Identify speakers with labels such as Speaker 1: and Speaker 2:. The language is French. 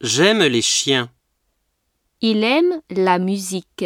Speaker 1: J'aime les chiens.
Speaker 2: Il aime la musique.